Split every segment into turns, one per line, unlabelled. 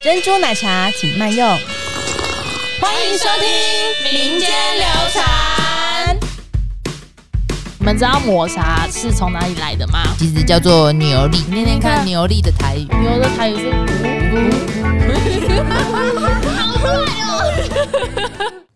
珍珠奶茶请慢用。欢迎收听
民间流
传。
你们知道抹茶是从哪里来的吗？
其实叫做牛力，天天看
看
牛力的台语。
牛的台语是咕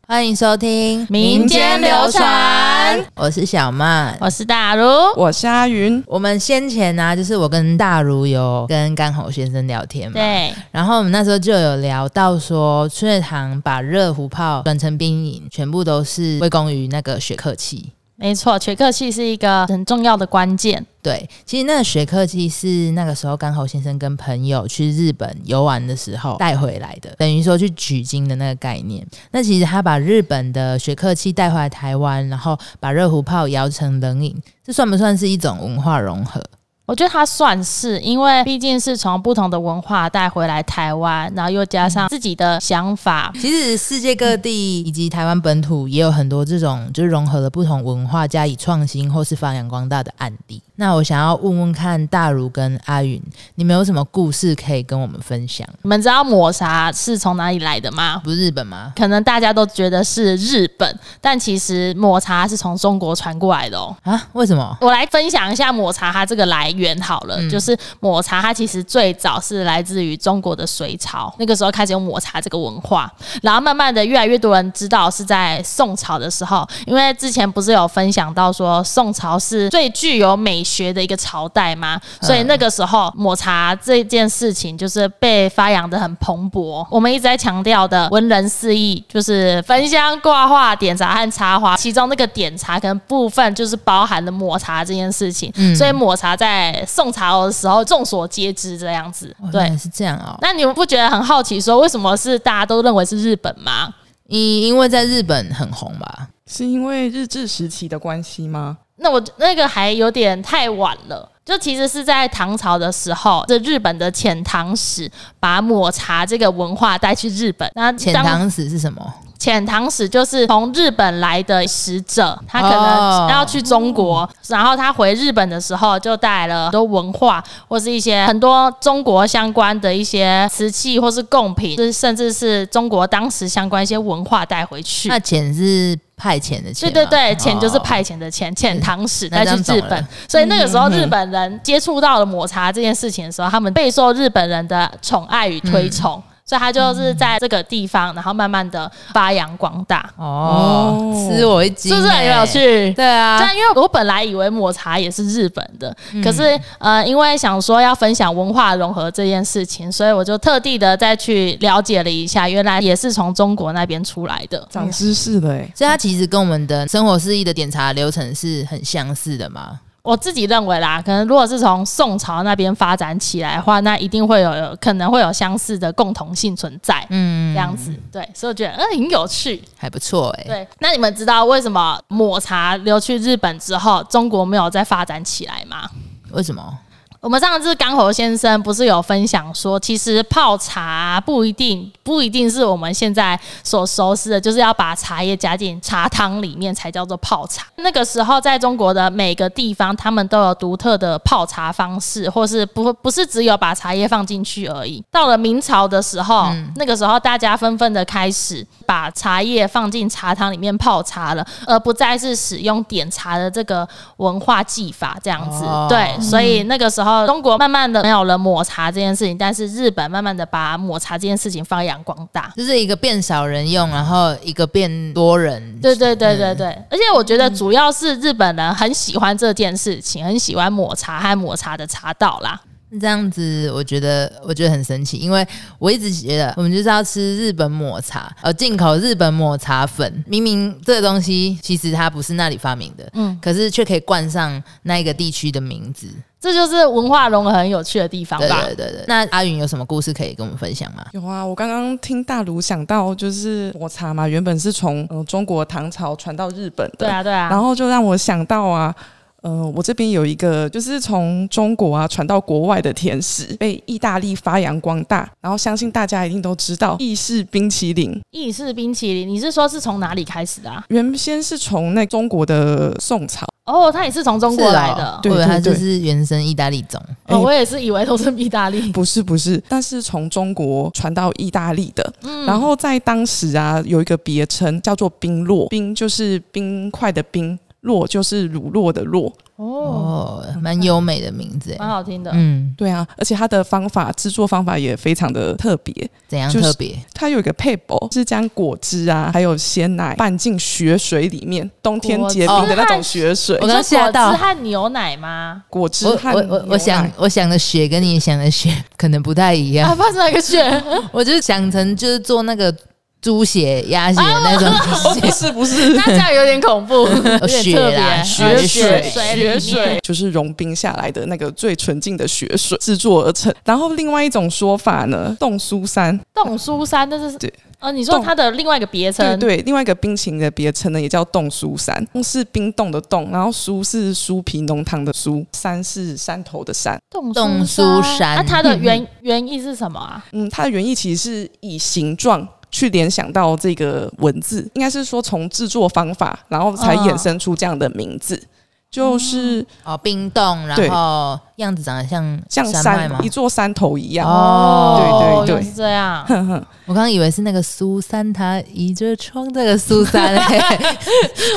欢迎收听
民间流传，
我是小曼。
我是大如，
我是阿云，
我们先前呢、就是我跟大如有跟干吼先生聊天嘛，
对，
然后我们那时候就有聊到说，春月堂把热壶泡转成冰饮，全部都是归功于那个雪克器。
没错，缺客气是一个很重要的关键。
对，其实那个雪克器是那个时候干吼先生跟朋友去日本游玩的时候带回来的，等于说去取经的那个概念。那其实他把日本的雪克器带回来台湾，然后把热壶泡摇成冷饮，这算不算是一种文化融合？
我觉得它算是，因为毕竟是从不同的文化带回来台湾，然后又加上自己的想法，
其实世界各地以及台湾本土也有很多这种就是融合了不同文化加以创新或是发扬光大的案例。那我想要问问看大如跟阿云，你们有什么故事可以跟我们分享？
你们知道抹茶是从哪里来的吗？
不是日本吗？
可能大家都觉得是日本，但其实抹茶是从中国传过来的哦。
啊？为什么？
我来分享一下抹茶它这个来源好了，就是抹茶它其实最早是来自于中国的隋朝，那个时候开始有抹茶这个文化，然后慢慢的越来越多人知道是在宋朝的时候，因为之前不是有分享到说宋朝是最具有美学的一个朝代嘛，所以那个时候抹茶这件事情就是被发扬的很蓬勃。我们一直在强调的文人四艺，就是焚香、挂画、点茶和插花，其中那个点茶可能部分就是包含了抹茶这件事情，所以抹茶在宋朝的时候众所皆知这样子
哦。原
对
来，是这样哦。
那你们不觉得很好奇说为什么是大家都认为是日本吗？
因因为在日本很红吧？
是因为日治时期的关系吗？
那我那个还有点太晚了。就其实是在唐朝的时候，这日本的遣唐使把抹茶这个文化带去日本。那
遣
当
唐使是什么？
遣唐使就是从日本来的使者，他可能
哦
要去中国，然后他回日本的时候就带来了很多文化或是一些很多中国相关的一些瓷器或是贡品，就是甚至是中国当时相关一些文化带回去。
那遣是派遣的遣
对
吗，
对对，钱就是
哦
派遣的钱，遣唐使
那
带去
这样
日
懂
本
了，嗯
所以那个时候日本人接触到了抹茶这件事情的时候，他们备受日本人的宠爱与推
嗯
崇，所以他就是在这个地方，然后慢慢的发扬光大，
哦，
哦
吃我一惊、
是不是很有
欸？
趣？
对啊，
但因为我本来以为抹茶也是日本的，可是
嗯
呃，因为想说要分享文化融合这件事情，所以我就特地的再去了解了一下，原来也是从中国那边出来的。
长知识了哎、
所以它其实跟我们的生活四意的点茶流程是很相似的嘛。
我自己认为啦，可能如果是从宋朝那边发展起来的话，那一定会有有可能会有相似的共同性存在，
嗯
这，样子。对，所以我觉得嗯很有趣。
还不错哎、
对，那你们知道为什么抹茶流去日本之后，中国没有再发展起来吗？
为什么？
我们上次干侯先生不是有分享说，其实泡茶不一定不一定是我们现在所熟悉的，就是要把茶叶加进茶汤里面才叫做泡茶。那个时候，在中国的每个地方，他们都有独特的泡茶方式，或是不不是只有把茶叶放进去而已。到了明朝的时候，那个时候大家纷纷的开始把茶叶放进茶汤里面泡茶了，而不再是使用点茶的这个文化技法这样子。
哦
对，所以那个时候中国慢慢的没有了抹茶这件事情，但是日本慢慢的把抹茶这件事情发扬光大。
就是一个变少人用，然后一个变多人。
对对对
嗯
对对，而且我觉得主要是日本人很喜欢这件事情，很喜欢抹茶和抹茶的茶道啦。
这样子，我觉得我觉得很神奇，因为我一直觉得我们就是要吃日本抹茶，呃，进口日本抹茶粉。明明这个东西其实它不是那里发明的，嗯，可是却可以冠上那一个地区的名字。
这就是文化融合很有趣的地方
对
吧。
对对对。那阿云有什么故事可以跟我们分享吗？
有啊，我刚刚听大卢想到就是抹茶嘛，原本是从呃中国唐朝传到日本的，
对啊，对啊，
然后就让我想到啊，嗯、我这边有一个，就是从中国啊传到国外的甜食，被意大利发扬光大，然后相信大家一定都知道意式冰淇淋。
意式冰淇淋，你是说是从哪里开始的啊？
原先是从那中国的宋朝，
哦，它也是从中国
是哦
来的。
对
或者他就
对
是原生意大利种，
哦，
哎
我也是以为都是意大利。
不是不是，但是从中国传到意大利的。
嗯
然后在当时啊，有一个别称叫做冰洛，冰就是冰块的冰，洛就是乳酪的洛。
哦，
哦，蛮优美的名字耶，
蛮好听的。
嗯，
对啊，而且它的方法制作方法也非常的特别，
怎样
就是
特别？
它有一个配宝是将果汁啊，还有鲜奶拌进雪水里面，冬天
果
结冰的那种雪水
我，
你
刚
说
刚吓到
果汁和牛奶吗？
果汁
我
和
哦我我
牛
我想
奶
我想的雪跟你想的雪 可能不太一样，
啊，发生了一 个血，那
我就是想成就是做那个猪血、鸭血那种
哦 不是不是，
这样有点恐怖， 有点
哦血
特
啦
别。
血
血
水
水里面，
就是融冰下来的那个最纯净的雪水制作而成。然后另外一种说法呢，冻苏杉，
冻苏珊，但是
对
呃，你说
冻
它的另外一个别
对
称，
对，另外一个冰淇淋的别称呢也叫冻苏杉，冻是冰冻的冻，然后苏是酥皮浓汤的苏，山是山头的山。
冻
冻
苏
苏珊
那它的 原原意是什么啊？
嗯，它的原意其实是以形状。去联想到这个文字，应该是说从制作方法，然后才
嗯
衍生出这样的名字，就是
哦，冰冻，
对
然后样子长得像
像
脉
山
吗
一？座山头一样。
哦，
对对
原来
对
是 这样。
哼哼，
我刚刚以为是那个苏珊，她倚着窗这个苏 珊、欸，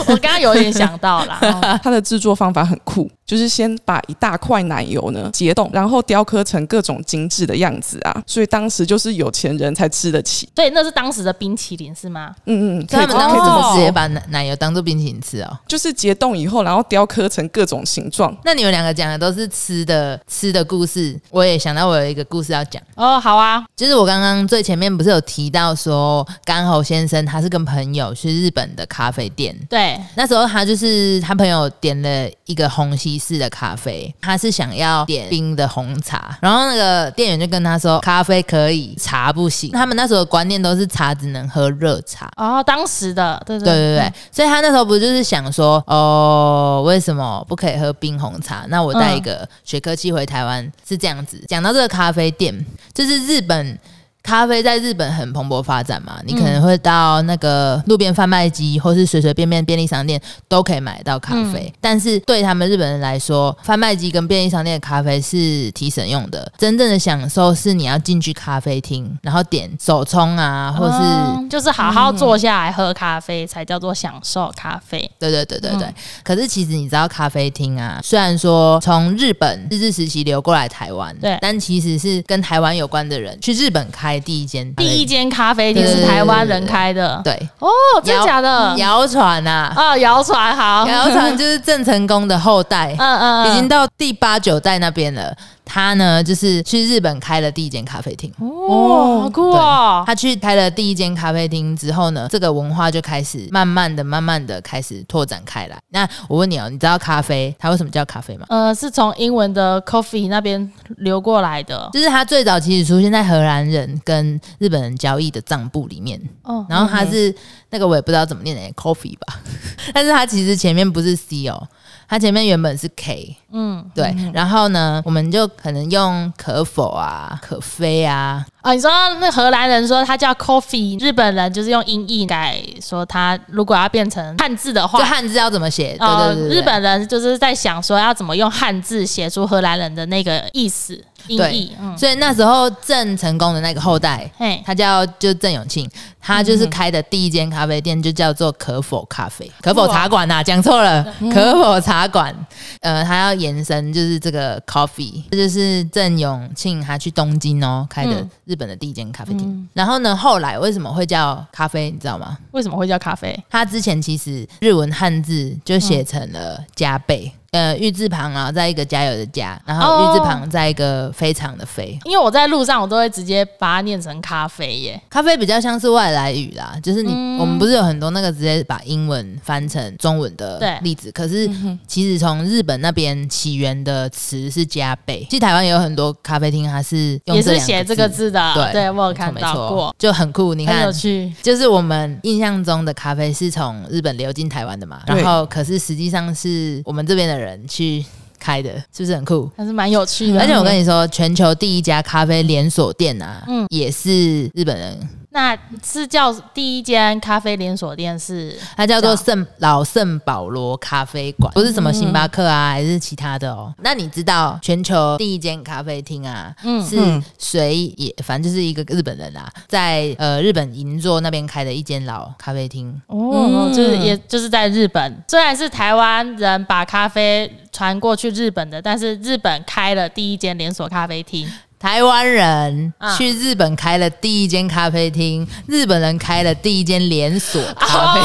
我刚刚有点想到啦， 哦
它的制作方法很酷，就是先把一大块奶油呢解冻，然后雕刻成各种精致的样子啊，所以当时就是有钱人才吃得起。
所以那是当时的冰淇淋是吗？
嗯嗯，
所以他们
可以
当
可以这么
时
说
直接把奶奶油当做冰淇淋吃哦。
就是解冻以后，然后雕刻成各种形状。
那你们两个讲的都是吃的吃的故事，我也想到我有一个故事要讲。
哦，好啊，
就是我刚刚最前面不是有提到说，干侯先生他是跟朋友去日本的咖啡店，
对，
那时候他就是他朋友点了一个虹吸式的咖啡，他是想要点冰的红茶，然后那个店员就跟他说咖啡可以，茶不行。他们那时候的观念都是茶只能喝热茶。
哦，当时的，对嗯
对对对，所以他那时候不就是想说，哦，为什么不可以喝冰红茶？那我带一
嗯
个雪科技回台湾是这样子。讲到这个咖啡店，就是日本。咖啡在日本很蓬勃发展嘛，你可能会到那个路边贩卖机，或是随随便便便利商店都可以买到咖啡。
嗯
但是对他们日本人来说，贩卖机跟便利商店的咖啡是提神用的，真正的享受是你要进去咖啡厅，然后点手冲啊，或是、
嗯就是好好坐下来喝咖啡，才叫做享受咖啡。
对对对对对。
嗯
可是其实你知道，咖啡厅啊，虽然说从日本日治时期流过来台湾，
对
但其实是跟台湾有关的人去日本开第一间，
第一。间咖啡店是
对
台湾人开的，
嗯对，
哦，嗯真假的？
谣传呐，
啊，谣传好，
谣传就是郑成功的后代，
嗯嗯，
已经到第八九代那边了。他呢，就是去日本开了第一间咖啡厅。
哦，好酷哦，
他去开了第一间咖啡厅之后呢，这个文化就开始慢慢的、慢慢的开始拓展开来。那我问你哦，你知道咖啡它为什么叫咖啡吗？
呃，是从英文的 coffee 那边流过来的，
就是它最早其实出现在荷兰人跟日本人交易的账簿里面，
哦，
然后它是那个我也不知道怎么念的、coffee 欸吧， 但是它其实前面不是 C 哦，它前面原本是 K，
嗯，
对，然后呢，我们就可能用可否啊、可菲啊，
啊，你说那荷兰人说他叫 coffee，日本人就是用音译改说他如果要变成汉字的
就
话，
汉字要怎么写，对
呃
对对对
日本人就是在想说要怎么用汉字写出荷兰人的那个意思音
对
译，嗯，
所以那时候郑成功的那个后代，
嘿，
他叫就郑永庆，他就是开的第一间咖啡店就叫做可否咖啡，可否茶馆呐、啊，讲错了，可否茶馆。呃，他要延伸就是这个 coffee，这就是郑永庆他去东京哦开的
嗯
日本的第一间咖啡厅。然后呢，后来为什么会叫咖啡，你知道吗？
为什么会叫咖啡？
他之前其实日文汉字就写成了加倍。呃，玉字旁，然后在一个加油的加，然后玉字旁在一个非常的非，
因为我在路上我都会直接把它念成咖啡耶，
咖啡比较像是外来语啦，就是你、
嗯
我们不是有很多那个直接把英文翻成中文
对
的例子，可
嗯
是其实从日本那边起源的词是加倍，其实台湾也有很多咖啡厅它是用
也
这
是
两个
写这个字的，
对
我有
没错
看
没
到
错
过，
就很酷，你
很有
看。
趣。
就是我们印象中的咖啡是从日本流进台湾的嘛，
对
然后可是实际上是我们这边的人去开的，是不是很酷？
还是蛮有趣的。
而且我跟你说，全球第一家咖啡连锁店啊，
嗯
也是日本人，
那是叫第一间咖啡连锁店是啊嗯
它叫做
叫
圣老圣保罗咖啡馆，不是什么星巴克啊，还是其他的哦。那你知道全球第一间咖啡厅啊，
嗯
是谁也反正就是一个日本人啊，在呃日本银座那边开的一间老咖啡厅。
哦，就是也就是在日本，虽然是台湾人把咖啡传过去日本的，但是日本开了第一间连锁咖啡厅，
台湾人
啊
去日本开了第一间咖啡厅，日本人开了第一间连锁咖啡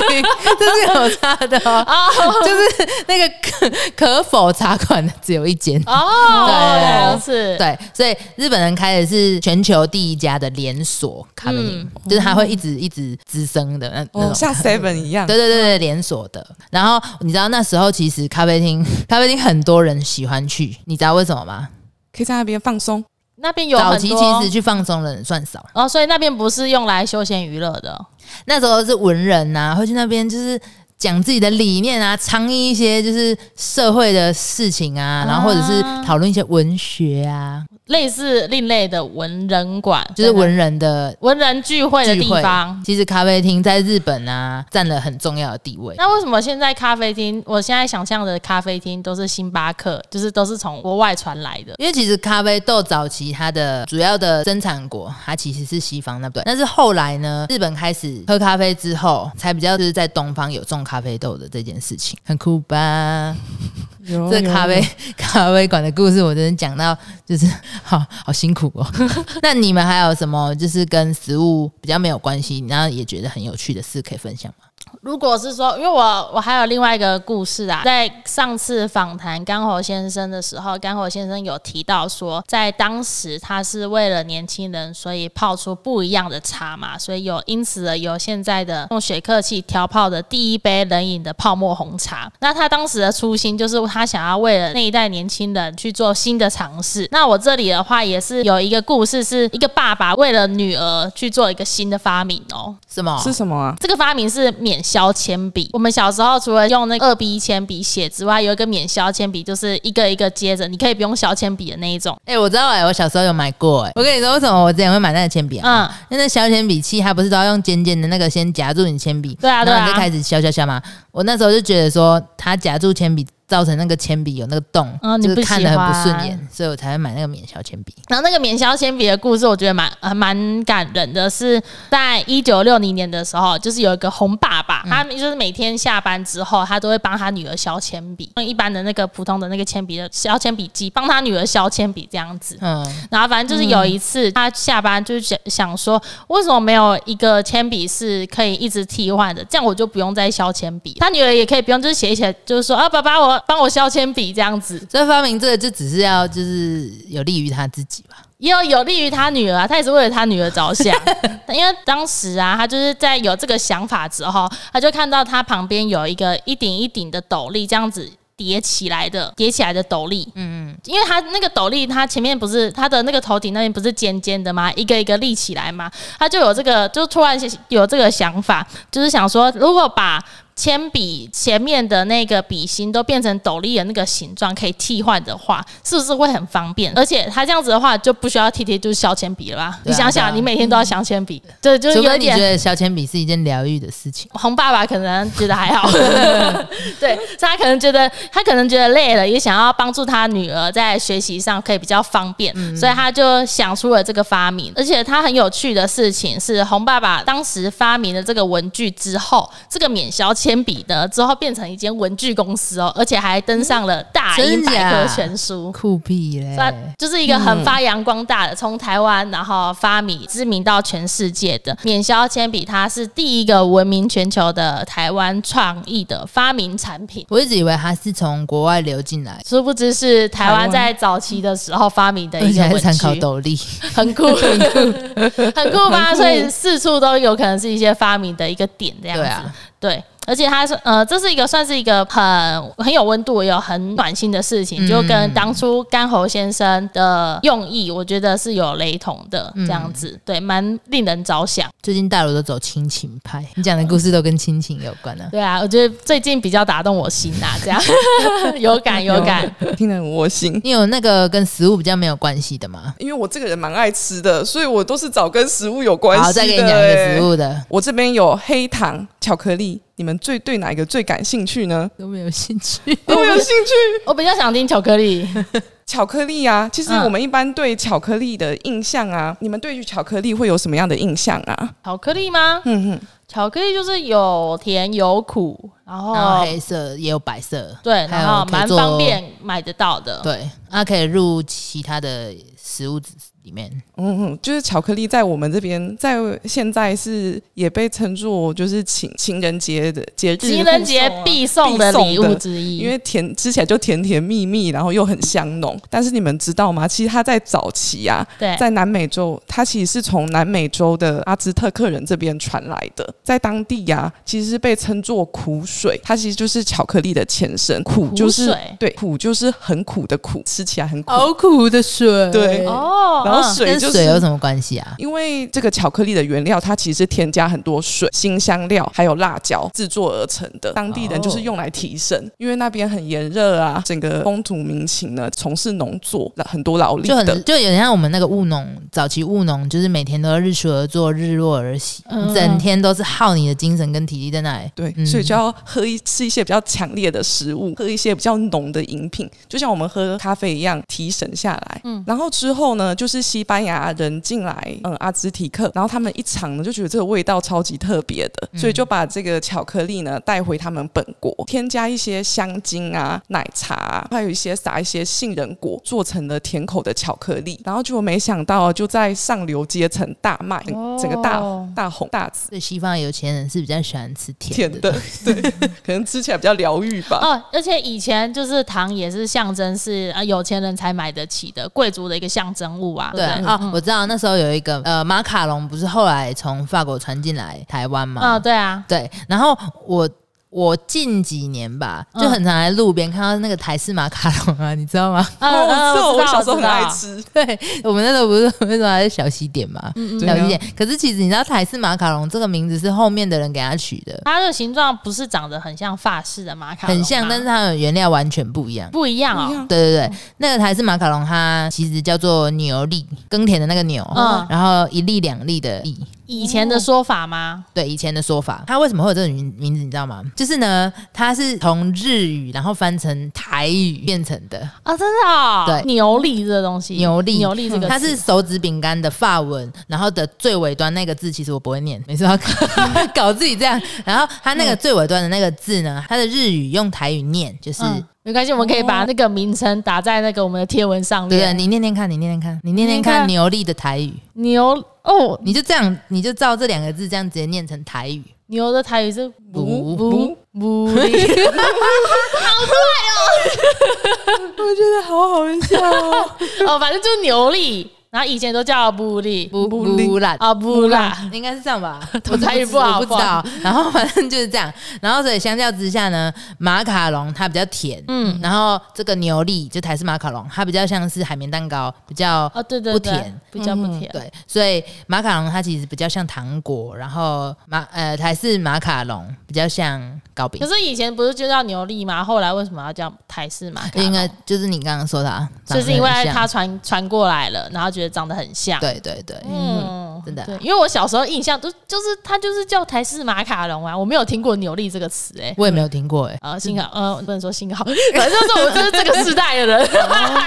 厅，
哦
这是有差的哦。就是那个可可否茶馆只有一间，
哦，
对
原来如此，
对，所以日本人开的是全球第一家的连锁咖啡
嗯
厅，就是它会一直一直滋生的那那
哦，
种。
像 Seven 一样，
对对对对，连锁的。然后你知道那时候其实咖啡 厅，咖啡厅很多人喜欢去，你知道为什么吗？
可以在那边放松。
那边有
早
很
期
多
其实去放松的人算少，
哦，所以那边不是用来休闲娱乐的，
那时候是文人呐、会去那边就是讲自己的理念啊，倡议一些就是社会的事情啊，然后或者是讨论一些文学啊，
类似另类的文人馆，
就是文人的
文人聚会的
聚
地
会
方。。
其实咖啡厅在日本啊占了很重要的地位。
那为什么现在咖啡厅，我现在想象的咖啡厅都是星巴克，就是都是从国外传来的？
因为其实咖啡豆早期它的主要的生产国，它其实是西方那边，但是后来呢，日本开始喝咖啡之后，才比较就是在东方有种咖啡豆的这件事情，很酷吧？
哦
有
这
有
咖啡 咖啡馆的故事，我真的讲到就是好好辛苦 哦。那你们还有什么就是跟食物比较没有关系，然后也觉得很有趣的事可以分享吗？
如果是说，因为我我还有另外一个故事啊，在上次访谈干侯先生的时候，干侯先生有提到说，在当时他是为了年轻人，所以泡出不一样的茶嘛，所以有因此而有现在的用雪克器调泡的第一杯冷饮的泡沫红茶。那他当时的初心就是他想要为了那一代年轻人去做新的尝试。那我这里的话也是有一个故事，是一个爸爸为了女儿去做一个新的发明哦。
什么？
是什么啊？
这个发明是免削铅笔。我们小时候除了用那个二 B 铅笔写之外，有一个免削铅笔，就是一个一个接着，你可以不用削铅笔的那一种。
哎、我知道哎、我小时候有买过哎、我跟你说为什么我之前会买那个铅笔啊？
嗯，
因为那削铅笔器它不是都要用尖尖的那个先夹住你铅笔，
对啊对啊
然后你就开始削削削嘛。我那时候就觉得说，它夹住铅笔造成那个铅笔有那个洞，
嗯你
就
不
是看得很不
喜欢
顺眼，所以我才会买那个免削铅笔。
然后那个免削铅笔的故事，我觉得蛮呃蛮感人的是，在一九六零年的时候，就是有一个红爸爸，他就是每天下班之后，他都会帮他女儿削铅笔，用一般的那个普通的那个铅笔的削铅笔机，帮他女儿削铅笔这样子。
嗯，
然后反正就是有一次，他下班就是想想说，为什么没有一个铅笔是可以一直替换的？这样我就不用再削铅笔。他女儿也可以不用，就是写一写，就是说啊，爸爸，我帮我削铅笔这样子，
所以发明这个就只是要就是有利于他自己吧。
也有有利于他女儿啊，他也是为了他女儿着想。因为当时啊，他就是在有这个想法之后，他就看到他旁边有一个一顶一顶的斗笠，这样子。叠起来的，叠起来的斗笠，嗯，因为他那个斗笠，它前面不是它的那个头顶那边不是尖尖的吗？一个一个立起来嘛，他就有这个，就突然有这个想法，就是想说，如果把铅笔前面的那个笔芯都变成斗笠的那个形状，可以替换的话，是不是会很方便？而且他这样子的话，就不需要 T T 就是削铅笔了吧？
对啊
你想
对
想，
啊
你每天都要削铅笔，对，就是
除
有
非你觉
点。
得削铅笔是一件疗愈的事 情，
红爸爸可能觉得还 好，对，所以他可能觉得他可能觉得累了，也想要帮助他女儿在学习上可以比较方便，
嗯
所以他就想出了这个发明。而且他很有趣的事情是，红爸爸当时发明了这个文具之后，这个免削铅笔呢之后变成一间文具公司哦，而且还登上了大英
真假
百科全书。
酷毙
那
嘞！
就是一个
嗯
很发扬光大的，从台湾然后发明知名到全世界的免削铅笔，它是第一个闻名全球的台湾创意的发明产品。
我一直以为它是从国外流进来，
殊不知是台
台
湾
湾
在早期的时候发明的
而
一
且嗯还
个
是
文
参考
具，
斗笠。
很酷，很酷，很酷吧？所以四处都有可能是一些发明的一个点这样
对
子。
啊，
对，而且它是呃，这是一个算是一个很很有温度，也有很暖心的事情，就跟当初干侯先生的用意，我觉得是有雷同的，这样子，对，蛮令人着想。
最近大陆都走亲情派，你讲的故事都跟亲情有关啊。
对啊，我觉得最近比较打动我心呐、这样 有感有感。
听得很窝心。
你有那个跟食物比较没有关系的吗？
因为我这个人蛮爱吃的，所以我都是找跟食物有关系的、
好，再给你讲一个食
欸。
物的，
我这边有黑糖、巧克力，你们最对哪一个最感兴趣呢？
都没有兴趣。
都有兴趣。
我比较想听巧克力，
巧克力啊，其实
嗯
我们一般对巧克力的印象啊，你们对于巧克力会有什么样的印象啊？
巧克力吗？
嗯哼，
巧克力就是有甜有苦，然后
然后黑色也有白色，
对，
哦还有
然后
可以
蛮
做
方便买得到的。
对，它可以入其他的食物里面。
嗯哼，就是巧克力在我们这边，在现在是也被称作就是情情人节的节日，啊
情人节必送的礼物之一，
因为甜吃起来就甜甜蜜蜜，然后又很香浓。但是你们知道吗？其实它在早期啊，
对
在南美洲，它其实是从南美洲的阿兹特克人这边传来的，在当地呀、其实是被称作苦水，它其实就是巧克力的前身，苦就是
苦水
对苦就是很苦的苦，吃起来很苦，
苦的水
对
哦，
然后
嗯
水
跟
就是。
水有什么关系啊？
因为这个巧克力的原料，它其实添加很多水、新香料，还有辣椒制作而成的。当地人就是用来提神，因为那边很炎热啊，整个风土民情呢，从事农作，很多劳力
就
的
很。就有点像我们那个务农，早期务农就是每天都要日出而作，日落而息，
嗯
整天都是耗你的精神跟体力在那里。
对，
嗯
所以就要喝一吃一些比较强烈的食物，喝一些比较浓的饮品，就像我们喝咖啡一样提神下来。嗯，然后之后呢，就是西班牙人进来，嗯，阿兹提克，然后他们一尝呢就觉得这个味道超级特别的，所以就把这个巧克力呢带回他们本国，添加一些香精啊、奶茶、啊，还有一些撒一些杏仁果，做成了甜口的巧克力。然后结果没想到就在上流阶层大卖，整整个大
哦
大红大紫。
所以西方的有钱人是比较喜欢吃甜
甜
的，
的，对，可能吃起来比较疗愈吧。
哦，而且以前就是糖也是象征是啊有钱人才买得起的贵族的一个象征物啊，
对
不
啊、我知道那时候有一个呃马卡龙，不是后来从法国传进来台湾嘛？
啊、对啊，
对，然后我我近几年吧，就
嗯
很常在路边看到那个台式马卡龙啊， 你知道吗？
嗯嗯
这
我
哦我
知道
小时
我
候
知
很
道
爱吃，
对，我们那时候不是为什么还是小西点
嗯
嘛，
对
小西
啊
点。可是其实你知道台式马卡龙这个名字是后面的人给它取的，
它的形状不是长得很像法式的马卡龙吗，啊
很像，但是它的原料完全不一样。
不一样
不一
哦
样。
对对对，那个台式马卡龙它其实叫做牛粒，耕田的那个牛，
嗯
然后一粒两粒的粒。
以前的说法吗？
对以前的说法，它为什么会有这个名名字，你知道吗？就是呢，它是从日语然后翻成台语变成的。
啊、真的、哦，
对
牛粒这个东西，
牛粒，
牛粒这个
它
词
是手指饼干的发文，然后的最尾端那个字，其实我不会念，每次要搞自己这样。然后它那个最尾端的那个字呢，它的日语用台语念，就是、
嗯，没关系，我们可以把那个名称打在那个我们的贴文上
对对，
面。
你念念看，你念念看，你念念看
你念看
牛力的台语，
牛哦，
你就这样，你就照这两个字这样直接念成台语。
牛的台语是
不
不不，
我觉得好好笑哦。
哦，反正就是牛粒，然后以前都叫布粒
不
不力
不啦
啊布啦，，
应该是这样吧 我
台语
知
不好
我不知道。然后反正就是这样，然后所以相较之下呢，马卡龙它比较甜，嗯，然后这个牛粒就台式马卡龙，它比较像是海绵蛋糕，比较
哦，对对对，
不甜，嗯
比较不甜。
对，所以马卡龙它其实比较像糖果，然后马呃台式马卡龙比较像糕饼
可，是以前不是就叫牛粒吗？后来为什么要叫台式马卡龙？
应该就是你刚刚说的啊，长
就
得
是因为
很像
它传传过来了，然后觉得长得很像。
对对对，
嗯，
真的啊
对，因为我小时候印象都就是它就是叫台式马卡龙啊，我没有听过牛粒这个词哎、
我也没有听过哎，
呃，幸好呃，不能说幸好， 反正就是我就是这个时代的人。
哦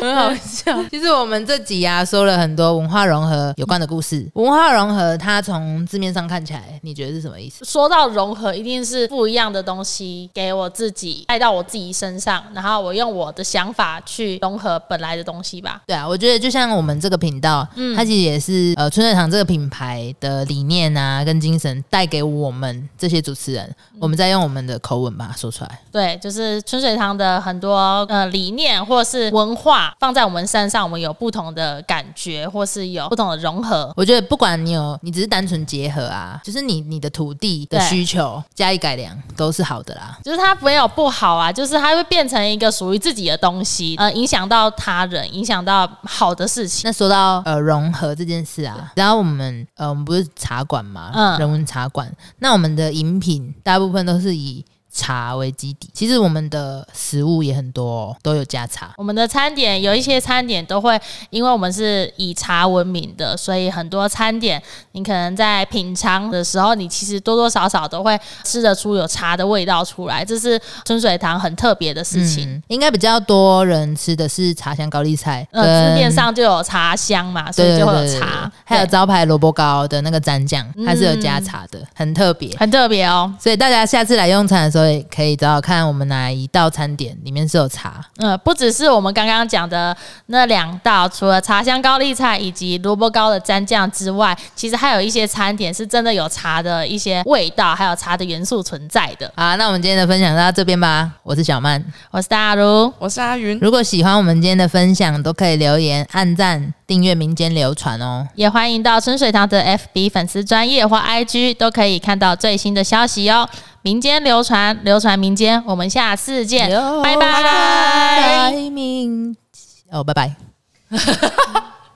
很好笑。其实我们这集啊，说了很多文化融合有关的故事。文化融合，它从字面上看起来，你觉得是什么意思？
说到融合，一定是不一样的东西给我自己带到我自己身上，然后我用我的想法去融合本来的东西吧。
对啊，我觉得就像我们这个频道，它其实也是呃，春热糖这个品牌的理念啊跟精神带给我们这些主持人，我们再用我们的口吻把它说出来。
对，就是春水堂的很多呃理念或是文化放在我们身上，我们有不同的感觉，或是有不同的融合。
我觉得不管你有，你只是单纯结合啊，就是你你的土地的
对
需求加以改良都是好的啦。
就是它没有不好啊，就是它会变成一个属于自己的东西，呃，影响到他人，影响到好的事情。
那说到呃融合这件事啊，然后我们呃我们不是茶馆嘛，
嗯
人文茶馆，那我们的饮品大部分都是以茶为基底，其实我们的食物也很多、哦，都有加茶。
我们的餐点有一些餐点都会，因为我们是以茶闻名的，所以很多餐点你可能在品尝的时候，你其实多多少少都会吃得出有茶的味道出来，这是春水堂很特别的事情。
嗯应该比较多人吃的是茶香高丽菜，
呃，
跟
字面上就有茶香嘛，所
对
以就会
对
有
对
茶
对，还有
对嗯
招牌萝卜糕的那个蘸酱，它是有加茶的，很特别。
很特别哦。
所以大家下次来用餐的时候，也可以找找看我们哪一道餐点里面是有茶。
嗯，不只是我们刚刚讲的那两道，除了茶香高丽菜以及萝卜糕的蘸酱之外，其实还有一些餐点是真的有茶的一些味道，还有茶的元素存在的。
好，那我们今天的分享到这边吧。我是小曼，
我是大如，
我是阿云，
嗯如果喜欢我们今天的分享，都可以留言、按赞、订阅民间流传哦。
也欢迎到春水堂的 FB 粉丝专业或 IG 都可以看到最新的消息哦。民间流传，流传民间，我们下次见，拜拜
在民间哦，拜拜。